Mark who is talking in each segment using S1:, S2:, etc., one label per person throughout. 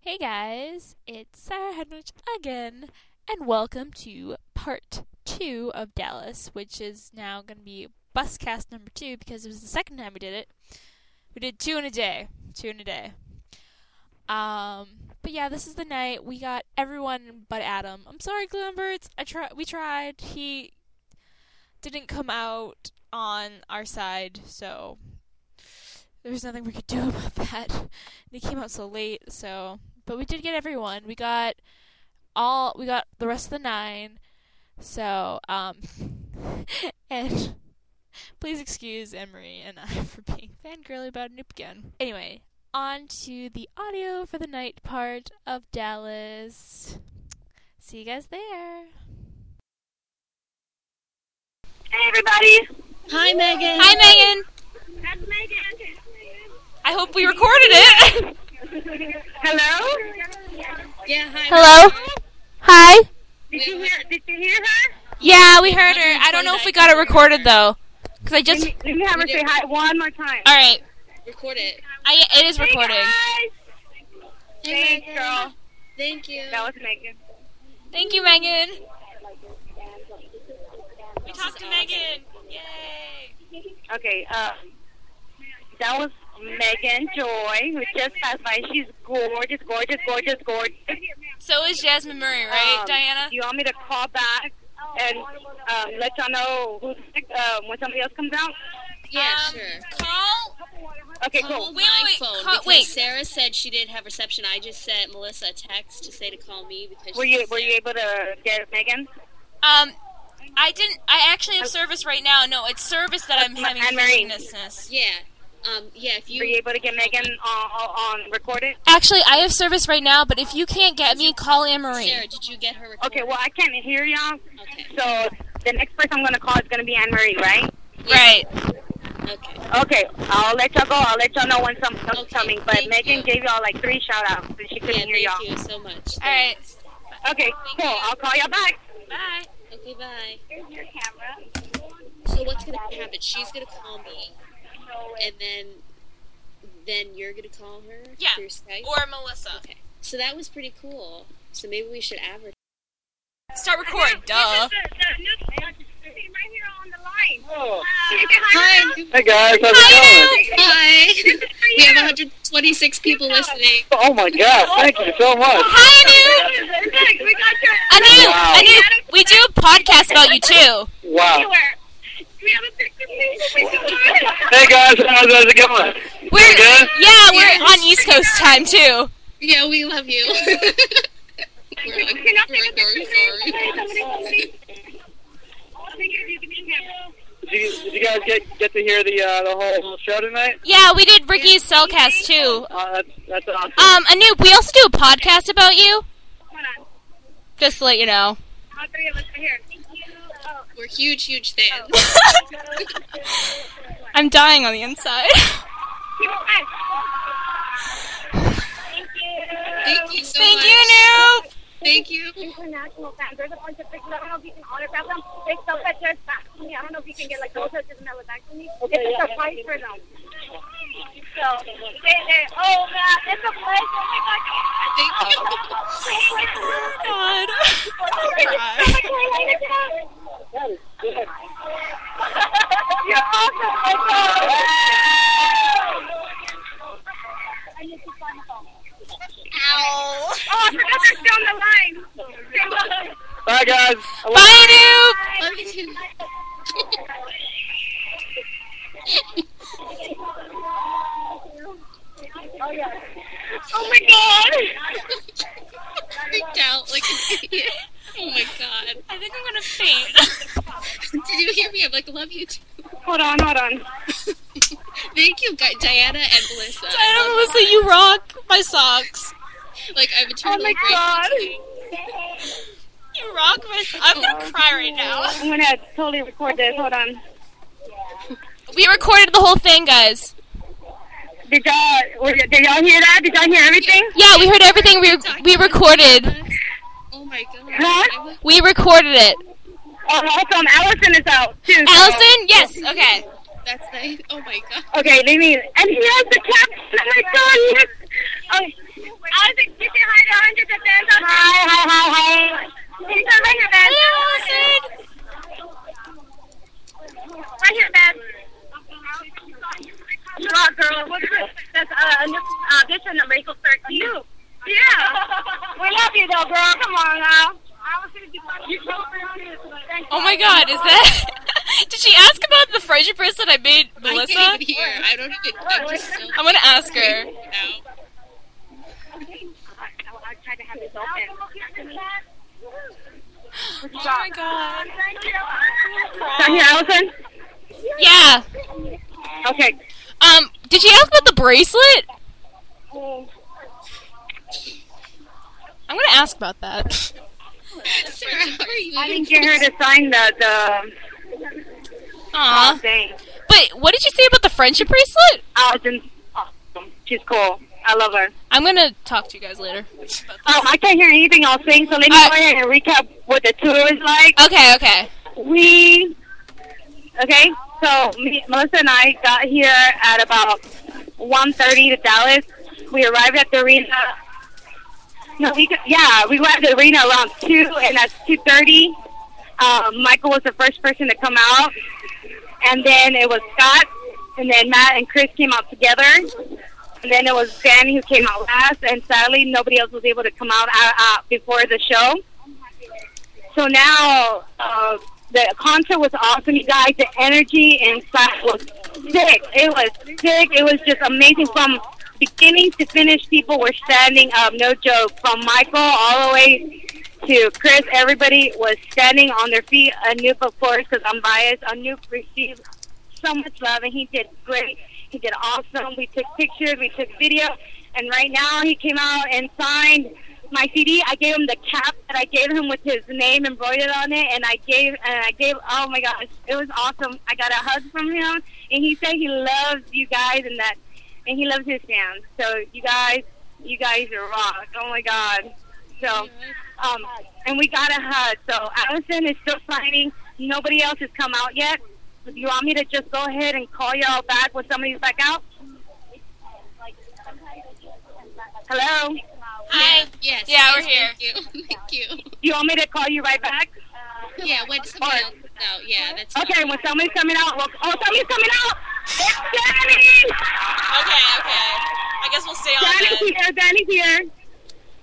S1: Hey guys, it's Sarah Henrich again, and welcome to part two of Dallas, which is now going to be buscast number two because it was the second time we did it. We did two in a day, two in a day. Um, but yeah, this is the night we got everyone but Adam. I'm sorry, Gloombirds. I try. We tried. He didn't come out on our side, so there was nothing we could do about that. And he came out so late, so but we did get everyone. We got all we got the rest of the nine. So, um and please excuse Emery and I for being fangirly about Noop again. Anyway, on to the audio for the night part of Dallas. See you guys there.
S2: Hey, everybody.
S3: Hi, Megan.
S1: Hi Megan.
S2: That's Megan.
S1: I hope we recorded it.
S2: Hello?
S3: Yeah, hi.
S1: Hello. Hi.
S2: Did you hear Did you hear her?
S1: Yeah, we heard her. I don't know if we got it recorded though, because I just.
S2: Let me have her say hi one more time.
S1: All right,
S3: Record it.
S1: I it is
S2: Hey,
S1: recording.
S2: guys.
S3: Hey,
S2: Thanks,
S3: Megan.
S2: girl.
S3: Thank you.
S2: That was Megan.
S1: Thank you, Megan. We talked to Megan. Yay!
S2: Okay, um, that was Megan Joy, who just passed by. She's gorgeous, gorgeous, gorgeous, gorgeous.
S1: So is Jasmine Murray, right,
S2: Um,
S1: Diana?
S2: Do you want me to call back and um, let y'all know who's next, um, when somebody else comes out?
S3: yeah,
S1: Um,
S3: sure.
S1: Call.
S2: Okay,
S3: Call
S2: cool.
S1: Wait,
S3: my
S1: wait, wait.
S3: phone
S1: Call-
S3: because
S1: wait.
S3: Sarah said she didn't have reception. I just sent Melissa a text to say to call me because
S2: Were
S3: she's
S2: you Were you
S3: sick.
S2: able to get Megan?
S1: Um, I didn't. I actually have service right now. No, it's service that I'm having
S2: Anne Marie.
S1: fidgetiness.
S3: Yeah. Um. Yeah. If
S2: Were you
S3: you.
S2: able to get Megan on, on recorded?
S1: Actually, I have service right now, but if you can't get me, call Anne Marie.
S3: Sarah, did you get her recorded?
S2: Okay, well, I can't hear y'all.
S3: Okay.
S2: So the next person I'm going to call is going to be Anne Marie, right?
S1: Right.
S3: Okay.
S2: Okay, I'll let y'all go. I'll let y'all know when someone's
S3: Okay,
S2: coming. But
S3: thank
S2: Megan
S3: you.
S2: gave y'all like three shout outs, and she couldn't
S3: Yeah.
S2: hear y'all.
S3: Thank you so much.
S1: All right.
S2: Okay, cool. I'll call y'all back.
S1: Bye.
S3: Okay. Bye. Here's your camera. So what's gonna happen? She's gonna call me, and then then you're gonna call her
S1: Yeah.
S3: through Skype.
S1: Or Melissa.
S3: okay. So that was pretty cool. So maybe we should advertise.
S1: Start recording. Duh.
S2: Oh. Uh,
S4: Hey guys, how's it going?
S3: Hi. We have 126 people listening.
S4: Oh my god, thank you so much.
S1: Hi, Anu.
S2: We got your
S1: Anu,
S4: Wow.
S1: Anu, we do a podcast about you too.
S4: Wow.
S2: We have a picture.
S4: Hey guys, how's it going?
S1: We're
S4: good?
S1: yeah, we're on East Coast time too.
S3: Yeah, we love you. we're on,
S4: Did you, did you guys get get to hear the uh, the whole, whole show tonight?
S1: Yeah, we did Ricky's cellcast too.
S4: Uh, that's that's awesome.
S1: Um, Anoop, we also do a podcast about you. Just to let you know.
S3: We're huge, huge fans.
S1: Oh. I'm dying on the inside.
S3: Thank you so
S1: Thank
S3: much.
S1: you, Anoop.
S3: Thank you.
S2: international fans. There's a bunch of pictures. I don't know if you can autograph them. They still that yours back to me. I don't know if you can get like those pictures and mail it back to me. it's a surprise for them. So they, they, oh man, it's a pleasure. Oh my God.
S3: Thank you.
S2: Oh.
S1: God.
S2: You're awesome, Michael.
S1: Ow.
S2: Oh, I forgot they're still on the line.
S4: Bye guys. I love
S1: Bye, Anoop.
S3: Love you too.
S2: Oh my God.
S3: Freaked out like an idiot. Oh my god.
S1: I think I'm gonna faint.
S3: Did you hear me? I'm like, love you too.
S2: Hold on, hold on.
S3: Thank you, Guy- Diana and Melissa.
S1: I don't know, Melissa, you rock my socks.
S3: Like, I'm
S2: Oh
S3: eternally
S2: my
S3: grateful.
S2: God.
S1: You rock my. So- I'm gonna cry right now.
S2: I'm gonna totally record this. Hold on.
S1: We recorded the whole thing, guys.
S2: Did y'all were, did y'all hear that? Did y'all hear everything?
S1: Yeah, we heard everything. We we recorded.
S3: Oh my god.
S2: Huh?
S3: I was-
S1: We recorded it.
S2: Oh, also, Allison is out too. so-
S1: Allison? Yes. Okay.
S3: That's nice. Oh my god.
S2: Okay, they mean, and he has the caption. Oh my God! Yes. I was expecting her to 100 defense. Hi, hi, hi, hi. Can you come right here, Ben? Right here, Ben. Draw, girl. What's this? That's uh, uh, bitch number equals 13. You. Yeah. we love you, though, girl. Come on, now.
S5: Oh my god, is that. Did she ask about the Frasier bracelet I made Melissa?
S3: I can't even hear. I don't even. I'm just so
S5: I'm gonna ask her.
S3: now.
S2: I tried to have this open.
S5: Oh my god.
S2: Thank you. Down here, Allison.
S5: Yeah.
S2: Okay.
S5: Um, did she ask about the bracelet? Mm. I'm gonna ask about that.
S3: Sarah, how are you?
S2: I didn't get her to sign the the
S5: Aw.
S2: thing.
S5: But what did you say about the friendship bracelet?
S2: Allison's awesome. She's cool. I love her.
S5: I'm gonna talk to you guys later.
S2: Oh, I can't hear anything I'll sing, so let me
S5: Uh,
S2: go ahead and recap what the tour is like.
S5: Okay, okay.
S2: we okay so me, melissa and i got here at about 1.30 to dallas we arrived at the arena no we got, yeah we arrived at the arena around 2 and at 2.30 um, michael was the first person to come out and then it was scott and then matt and chris came out together and then it was danny who came out last and sadly nobody else was able to come out uh, uh, before the show so now uh, the concert was awesome, you guys. The energy inside was sick. It was sick. It was just amazing from beginning to finish. People were standing up, no joke. From Michael all the way to Chris, everybody was standing on their feet. Anoop, of course, because I'm biased. Anoop received so much love, and he did great. He did awesome. We took pictures, we took video, and right now he came out and signed my CD. I gave him the cap that I gave him with his name embroidered on it, and I gave and I gave. Oh my gosh, it was awesome. I got a hug from him, and he said he loves you guys and that, and he loves his fans. So you guys, you guys are rock. Oh my god. So, um, and we got a hug. So Allison is still signing. Nobody else has come out yet. If you want me to just go ahead and call y'all back when somebody's back out? Hello?
S3: Hi. Yes.
S5: Yeah, we're
S3: yes, Thank you. Thank
S2: You want me to call you right back?
S3: you. Yeah, when somebody else is out. Yeah, that's fine.
S2: Okay, when somebody's coming out, we'll, oh, somebody's coming out! It's Danny!
S5: Okay, okay. I guess we'll stay
S2: Danny's here, Danny's here.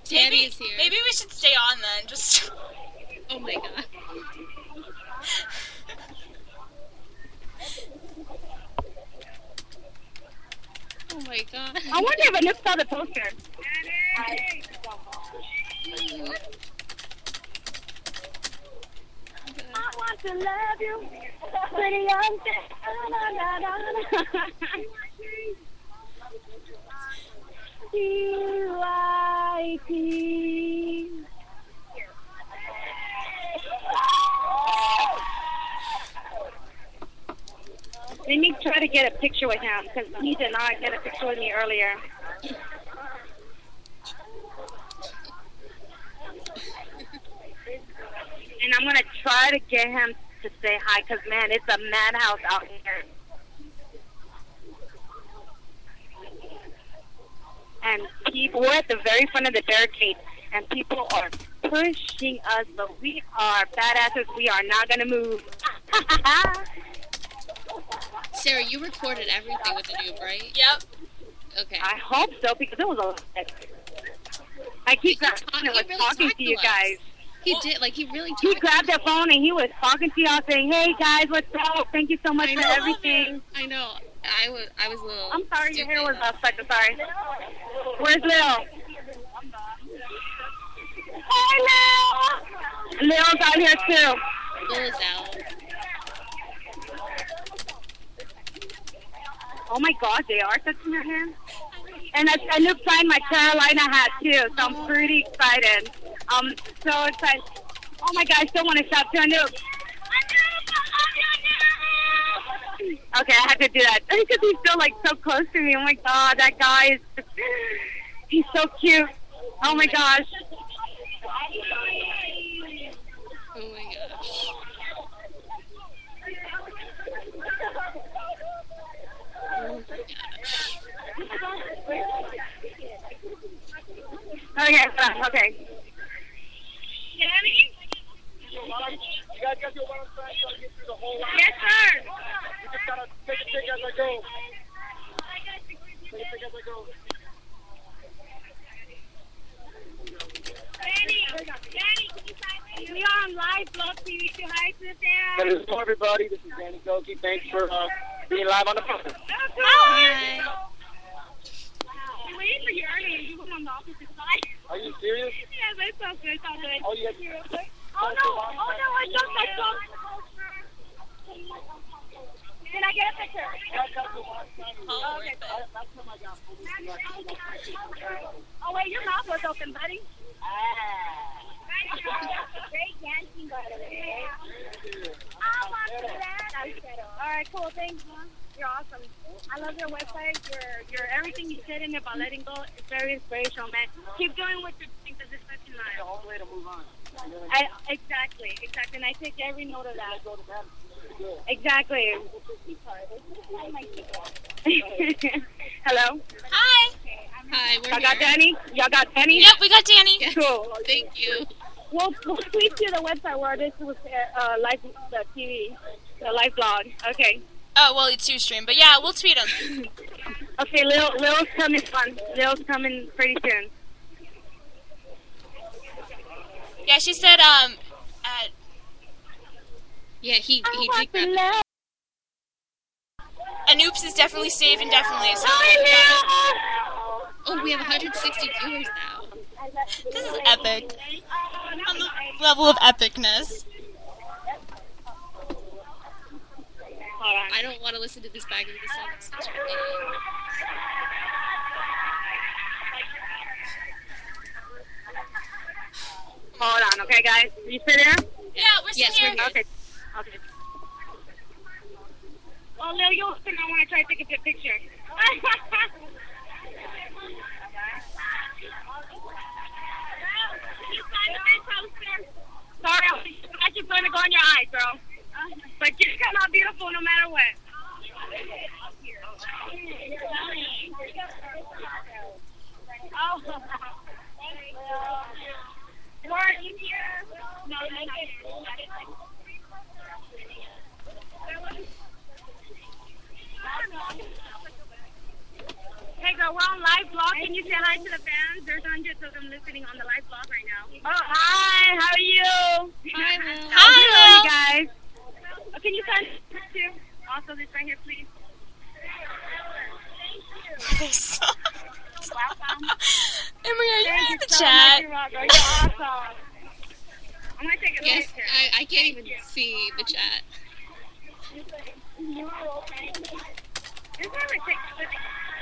S3: Danny is here.
S5: we should stay on then. Just
S3: Oh my god. oh my god.
S2: I wonder if Anoop saw the poster. I want to love you, pretty young thing. D-Y-T. Let me try to get a picture with him because he did not get a picture with me earlier. And I'm gonna try to get him to say hi because man, it's a madhouse out here. And people, we're at the very front of the barricade, and people are pushing us, but we are badasses. We are not gonna move.
S3: Sarah, you recorded everything with Anoop, right?
S5: yep.
S3: Okay.
S2: I hope so because it was a lot. I
S3: He
S2: keep grabbing
S3: talked-
S2: and
S3: he
S2: was
S3: really
S2: talking
S3: talked
S2: to you
S3: us.
S2: guys.
S3: He did. Like he really.
S2: He
S3: talked
S2: grabbed
S3: to
S2: that
S3: us.
S2: phone and he was talking to y'all, saying, "Hey guys, what's up? Thank you so much for everything."
S3: I know. I was. I was a little.
S2: I'm sorry, your hair was
S3: stupid.
S2: up. Like, I'm sorry. Where's Lil? Hi, Lil. Lil's out here too.
S3: Bill is out.
S2: Oh my God, they are touching your hair. And I, I looked find my Carolina hat too, so I'm pretty excited. I'm so excited. Oh my God, I still want to shout to Anoop. Okay, I had to do that because he's still like so close to me. Oh my God, that guy is, he's so cute. Oh my gosh.
S3: Oh my gosh. Oh my gosh.
S2: Okay, hold on, okay.
S4: You guys got your one side so I can get through the whole line.
S2: Yes, sir.
S4: You just gotta take a pic as I go. Take a pic as I go.
S2: We are on live blog TV. Say hi to the
S4: But
S2: fans.
S4: it's all everybody. This is Danny Goki. Thanks for uh, being live on the phone.
S2: Hi. We're waiting for your name. You went on the opposite side.
S4: Are you serious?
S2: Yes, it's all good. It's all good.
S4: Oh, you guys.
S2: Oh no! Oh no! I dropped my phone. Can I get a picture?
S3: Oh,
S2: okay. Oh wait, your mouth was open, buddy. Great dancing, by the way. I want that. All right, cool. Thanks. man. You're awesome. I love your website. Your your everything you said in about letting go is very inspirational, man. Keep doing what you're doing because it's such a nice.
S4: Way to move on.
S2: I exactly, exactly, and I take every note of that. Exactly. Hello.
S5: Hi.
S3: Hi, we're
S2: Y'all got
S3: here.
S2: Danny? Y'all got Danny?
S5: Yep, we got Danny.
S3: Yeah.
S2: Cool.
S3: Thank you.
S2: We'll, we'll tweet you the website where this was uh, live the TV, the live blog. Okay.
S5: Oh well, it's your stream, but yeah, we'll tweet him.
S2: Okay, Lil Lil's coming on. Lil's coming pretty soon.
S5: Yeah, she said um, uh,
S3: Yeah, he he did
S2: Lil.
S3: grab
S5: an oops is definitely saved and definitely. So
S3: Oh, we have 160 viewers now.
S5: this is epic. On the level of epicness.
S2: Hold
S3: I don't want to listen to this back into the song. It's such a idiot.
S2: on. Hold on. Okay, guys. You sit there.
S5: Yeah, we're still
S3: Yes, we're
S5: here.
S3: here.
S2: Okay. Okay. Oh, Lil, you'll think I want to try to take a good picture. Sorry, I just going to go in your eyes, bro. But you're come out beautiful no matter what. Oh. More easier. No, no, no. Hey girl, we're on live blog. Can you say hi to the fans? There's hundreds of them listening on the live blog right now. Oh hi, how are you?
S3: Hi, Will.
S5: Hi, Lil.
S2: Hello, you guys. Oh, can you send this too? Also, this right here, please.
S5: Emery, are you in the
S2: so
S5: chat?
S2: much, you rock, girl. You're awesome. I'm gonna take a
S3: Yes,
S2: picture.
S3: I, I can't even see the chat.
S2: This is ridiculous.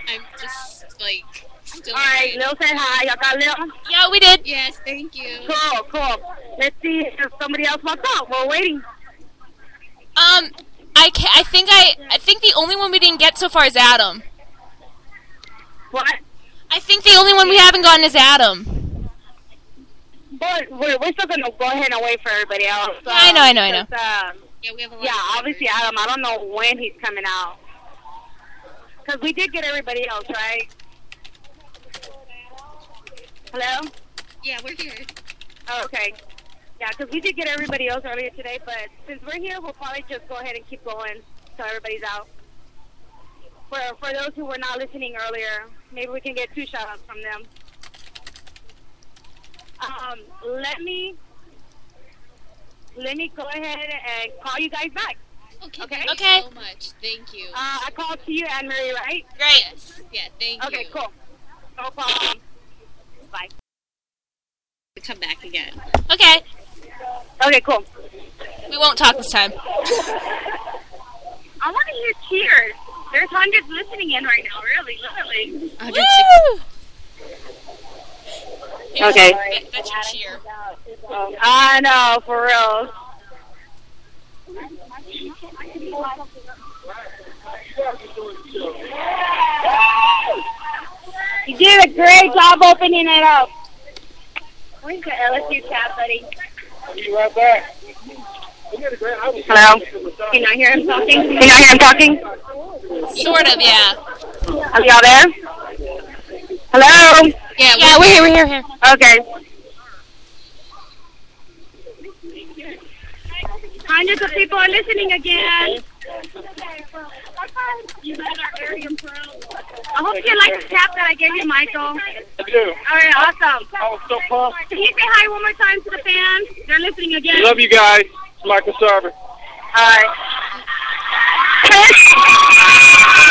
S3: I'm just like still.
S2: All right, Lil said hi. Y'all got Lil.
S5: Yeah, we did.
S3: Yes, thank you.
S2: Cool, cool. Let's see if somebody else wants up. We're waiting.
S5: Um, I ca- I think I I think the only one we didn't get so far is Adam.
S2: What?
S5: I think the only one we haven't gotten is Adam.
S2: But we're, we're still gonna go ahead and wait for everybody else.
S5: Yeah, I know, I know, I know.
S2: because, um,
S3: Yeah, we have a lot.
S2: yeah,
S3: of
S2: obviously
S3: viewers.
S2: Adam. I don't know when he's coming out. Cause we did get everybody else, right? Hello.
S3: Yeah, we're here.
S2: Oh, okay. Yeah, because we did get everybody else earlier today, but since we're here, we'll probably just go ahead and keep going so everybody's out. For for those who were not listening earlier, maybe we can get two shout outs from them. Um, let me let me go ahead and call you guys back.
S3: Okay.
S2: Okay.
S3: Thank
S5: Okay.
S3: You so much. Thank you.
S2: Uh, I called to you, Anne Marie, right?
S5: Great.
S3: yes. Yeah. Thank you.
S2: Okay, cool. No problem. Bye.
S3: We come back again.
S5: Okay,
S2: Okay, cool.
S5: we won't talk this time.
S2: I want to hear cheers. There's hundreds listening in right now, really, literally.
S3: 160.
S5: Woo!
S2: Okay.
S5: That, that's your cheer.
S2: I know, for real. You did a great job opening it up. Where's the LSU chat, buddy?
S4: I'll be right back. You had a great- I was-
S2: Hello? Can I hear him talking? Can I hear him talking?
S5: Sort of, yeah.
S2: Are y'all there? Hello?
S3: Yeah,
S1: Yeah, we're here, we're here, we're here.
S2: Okay. Hundreds of people are listening again. I hope you like the cap that I gave you, Michael. All
S5: I do.
S2: right, awesome.
S5: I was so pumped.
S2: Can you say hi one more time to the fans? They're listening again.
S5: Love you guys. It's Michael Sarver.
S2: All right. Chris,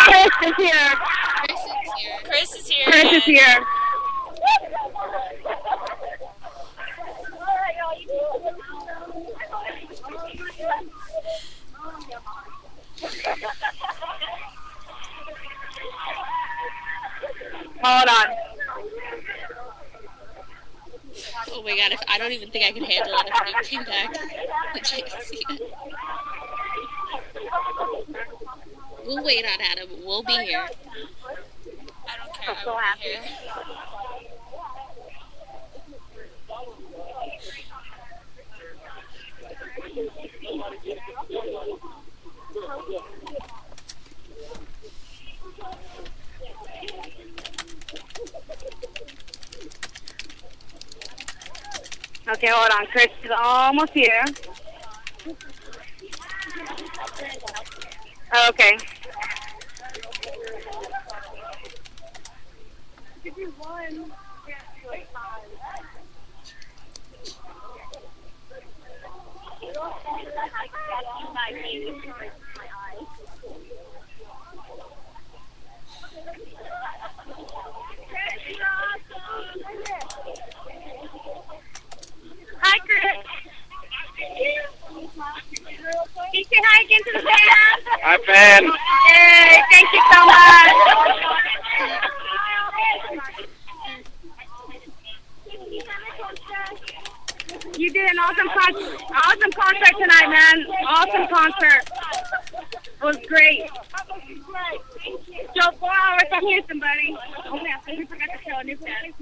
S2: Chris is here.
S3: Chris
S1: Chris
S3: is here.
S1: is here.
S2: Chris is here. Hold on.
S3: Oh my god, if, I don't even think I could handle it if you came back. we'll wait on Adam. We'll be here.
S1: I don't care. I
S2: so
S1: will be
S2: happy.
S1: here.
S2: Okay, hold on. Chris is almost here. Okay. Hi, Chris. Can you say hi again to the fans?
S5: Hi, fan.
S2: Yay, thank you so much. You did an awesome concert, awesome concert tonight, man. Awesome concert. It was great. So four hours I'm here, somebody. Oh man, we forgot to tell a new fan.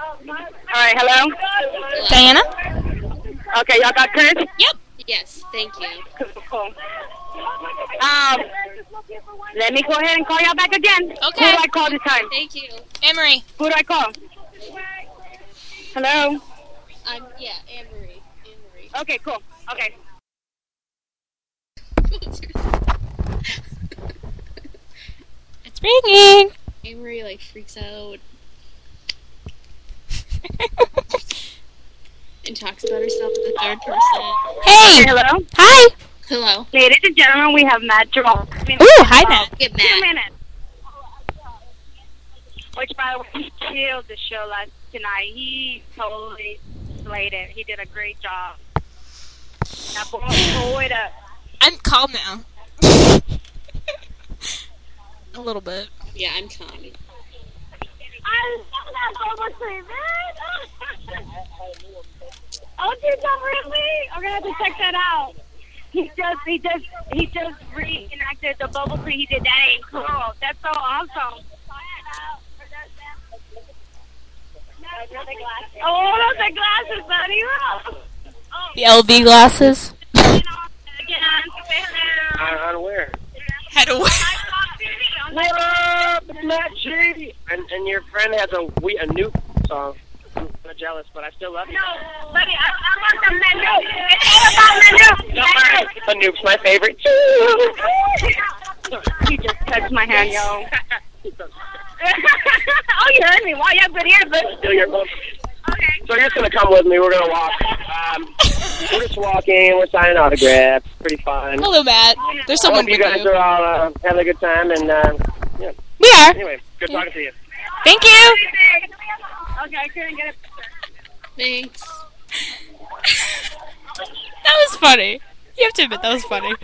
S2: All right, hello.
S1: Diana?
S2: Okay, y'all got Chris.
S1: Yep.
S3: Yes, thank you.
S2: Cool. Um, let me go ahead and call y'all back again.
S1: Okay.
S2: Who do I call this time?
S3: Thank you.
S1: Emery.
S2: Who do I call? Hello.
S3: I'm yeah, Anne Marie. Anne Marie.
S2: Okay, cool. Okay.
S1: It's ringing.
S3: Anne Marie like freaks out and talks about herself in the third person.
S1: hey.
S2: Hello.
S1: Hi.
S3: Hello.
S2: Ladies and gentlemen, we have Matt Jerome. Uh,
S1: Ooh, hi, Matt.
S3: Get
S2: Two
S3: mad.
S2: minutes. Which, by the way, he killed the show last tonight. He totally slayed it. He did a great job. That boy blew it up.
S1: I'm calm now. A little bit.
S3: Yeah, I'm Tommy.
S2: Oh, dude, not really? I'm gonna have to check that out. He just, he just, he just reenacted the bubble tea. He did that ain't cool. That's so awesome. Oh, those are glasses, buddy. Oh.
S1: The LV glasses.
S2: Again, say hello.
S5: I, I'm aware.
S1: Head away.
S5: What up? It's Matt Shady. And, and your friend has a we a new song. I'm jealous, but I still love you.
S2: No, buddy, I, I want the menu. It's all about menu. Menu.
S5: A noob's my favorite.
S2: You just touched my hand, yo. oh, you heard me. Wow, you have good ears, but
S5: Still your phone.
S2: okay.
S5: So you're just gonna come with me. We're gonna walk. Um, we're just walking. We're signing autographs. Pretty fun.
S1: Hello, Matt. There's
S5: I
S1: someone
S5: hope you
S1: with
S5: guys
S1: you.
S5: are all uh, having a good time. And uh, yeah.
S1: We are.
S5: Anyway, good talking to you.
S1: Thank you.
S2: Okay, I couldn't get it.
S3: Thanks.
S1: That was funny. You have to admit that was funny.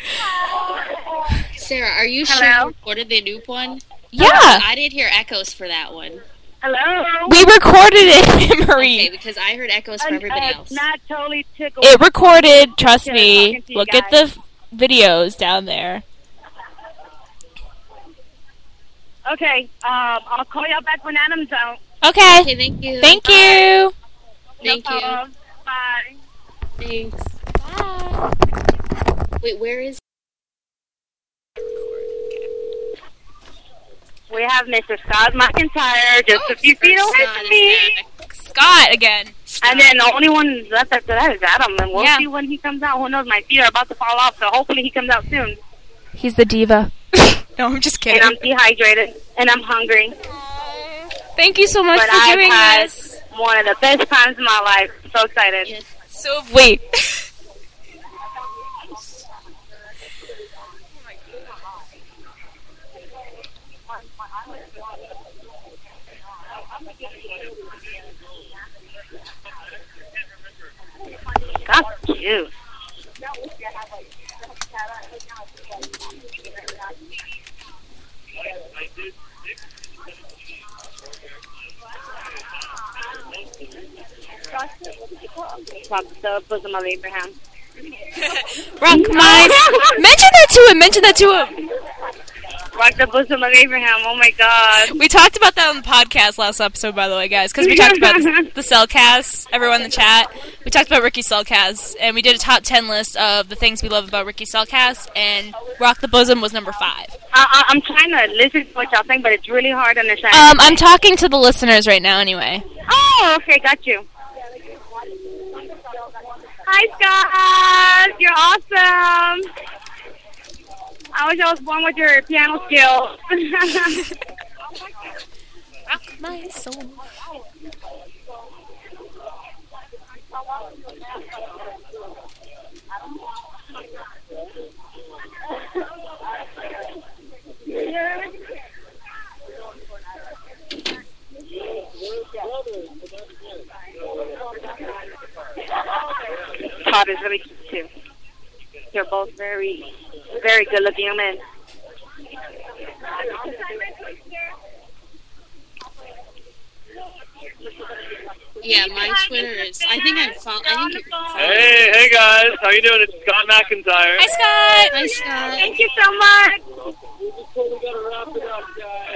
S3: Sarah, are you sure
S2: Hello?
S3: you recorded the Noop one?
S1: Yeah,
S3: I did hear echoes for that one.
S2: Hello.
S1: we recorded it,
S3: Okay,
S1: Marie.
S3: because I heard echoes for everybody
S2: Uh,
S3: else.
S2: not totally tickled.
S1: It recorded. Trust
S2: Yeah,
S1: me.
S2: talking to you
S1: Look at the f- videos down there.
S2: Okay, um, I'll call y'all back when Adam's out.
S1: Okay.
S3: Okay, thank you.
S1: Thank you.
S3: Thank
S2: no
S3: you.
S2: problem. Bye.
S3: Thanks. Wait, where is
S2: We have Mr. Scott McIntyre just
S5: Oh,
S2: a few feet away
S3: Scott
S2: from
S3: is
S2: me.
S5: Scott again.
S2: And then the only one left after that is Adam. And we'll
S5: Yeah.
S2: see when he comes out. Who knows? My feet are about to fall off, so hopefully he comes out soon.
S6: He's the diva.
S5: No, I'm just
S2: And
S5: kidding.
S2: I'm dehydrated and I'm hungry.
S5: Thank you so much
S2: But
S5: for
S2: I've
S5: doing
S2: had-
S5: this.
S2: One of the best times of my life. So excited.
S3: Yes.
S5: So wait.
S2: God, you. Rock the bosom of Abraham.
S5: Rock my. Mention that to him. Mention that to him.
S2: Rock the bosom of Abraham. Oh my God.
S5: We talked about that on the podcast last episode, by the way, guys, because we talked about the, the Cellcast. Everyone in the chat. We talked about Ricky Cellcast, and we did a top ten list of the things we love about Ricky Cellcast, and Rock the Bosom was number five.
S2: I, I, I'm trying to listen to what y'all saying, but it's really hard to understand.
S5: Um, I'm talking to the listeners right now, anyway.
S2: Oh, okay, got you. Hi, Scott. You're awesome. I wish I was born with your piano skills.
S5: My soul.
S2: Todd is really cute too. They're both very, very good-looking men.
S3: Yeah, my Twitter is. I think I follow. I think you're following.
S4: Hey, hey guys, how you doing? It's Scott McIntyre.
S5: Hi, Scott.
S3: Hi, Scott.
S2: Thank you so much.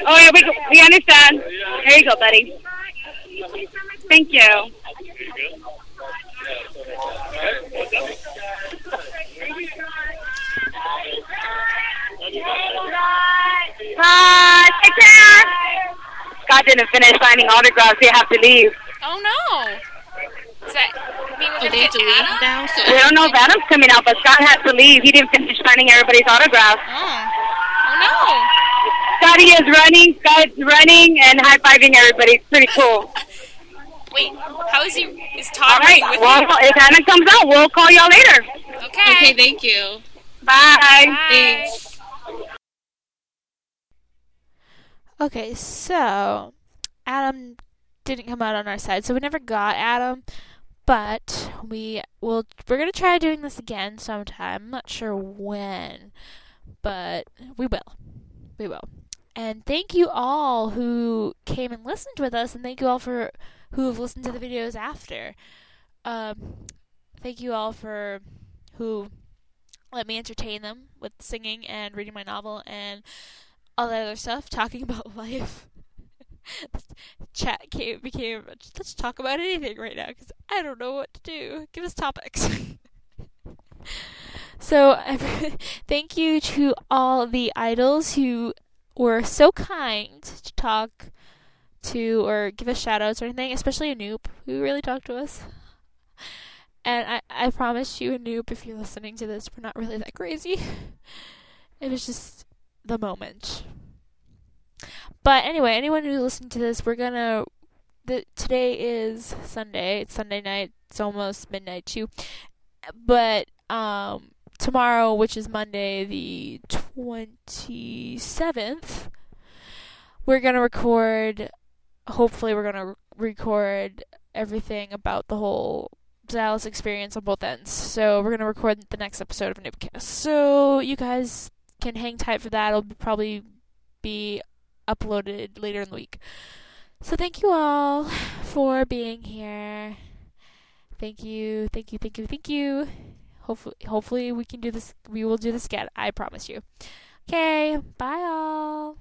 S2: Oh yeah, we go- we understand. There you go, buddy. Thank you. Bye. Take care. Scott didn't finish signing autographs. They have to leave.
S5: Oh no. Does that mean
S3: Oh,
S5: we're
S3: they have to
S5: gonna get
S3: leave
S5: Adam?
S3: now. So
S2: We don't know if Adam's coming out, but Scott has to leave. He didn't finish signing everybody's autographs.
S5: Oh. oh
S2: Scotty is running. Scott's running and high-fiving everybody. It's pretty cool.
S5: no. Wait. How is he? Is
S2: All
S5: Todd
S2: right.
S5: with
S2: Well, if Hannah comes out, we'll call y'all later.
S5: you?
S3: okay,
S5: Okay.
S3: thank you.
S2: Bye.
S5: Bye.
S1: Okay, so Adam didn't come out on our side, so we never got Adam. But we will. We're gonna try doing this again sometime. I'm not sure when, but we will. We will. And thank you all who came and listened with us, and thank you all for who have listened to the videos after. Um, thank you all for who let me entertain them with singing and reading my novel and all that other stuff, talking about life. Chat came, became let's talk about anything right now because I don't know what to do. Give us topics. so I- thank you to all the idols who were so kind to talk to or give us shout outs or anything, especially Anoop who really talked to us. And I, I promise you, Anoop, if you're listening to this, we're not really that crazy. It was just the moment. But anyway, anyone who's listening to this, we're gonna. The, today is Sunday. It's Sunday night. It's almost midnight too. But um, tomorrow, which is Monday, the twenty seventh, we're gonna record. Hopefully, we're gonna re- record everything about the whole Dallas experience on both ends. So we're gonna record the next episode of Noobcast. So you guys can hang tight for that. It'll be- probably be uploaded later in the week. So thank you all for being here. Thank you, thank you, thank you, thank you. Hopefully, hopefully we can do this. We will do this again. I promise you. Okay, bye all.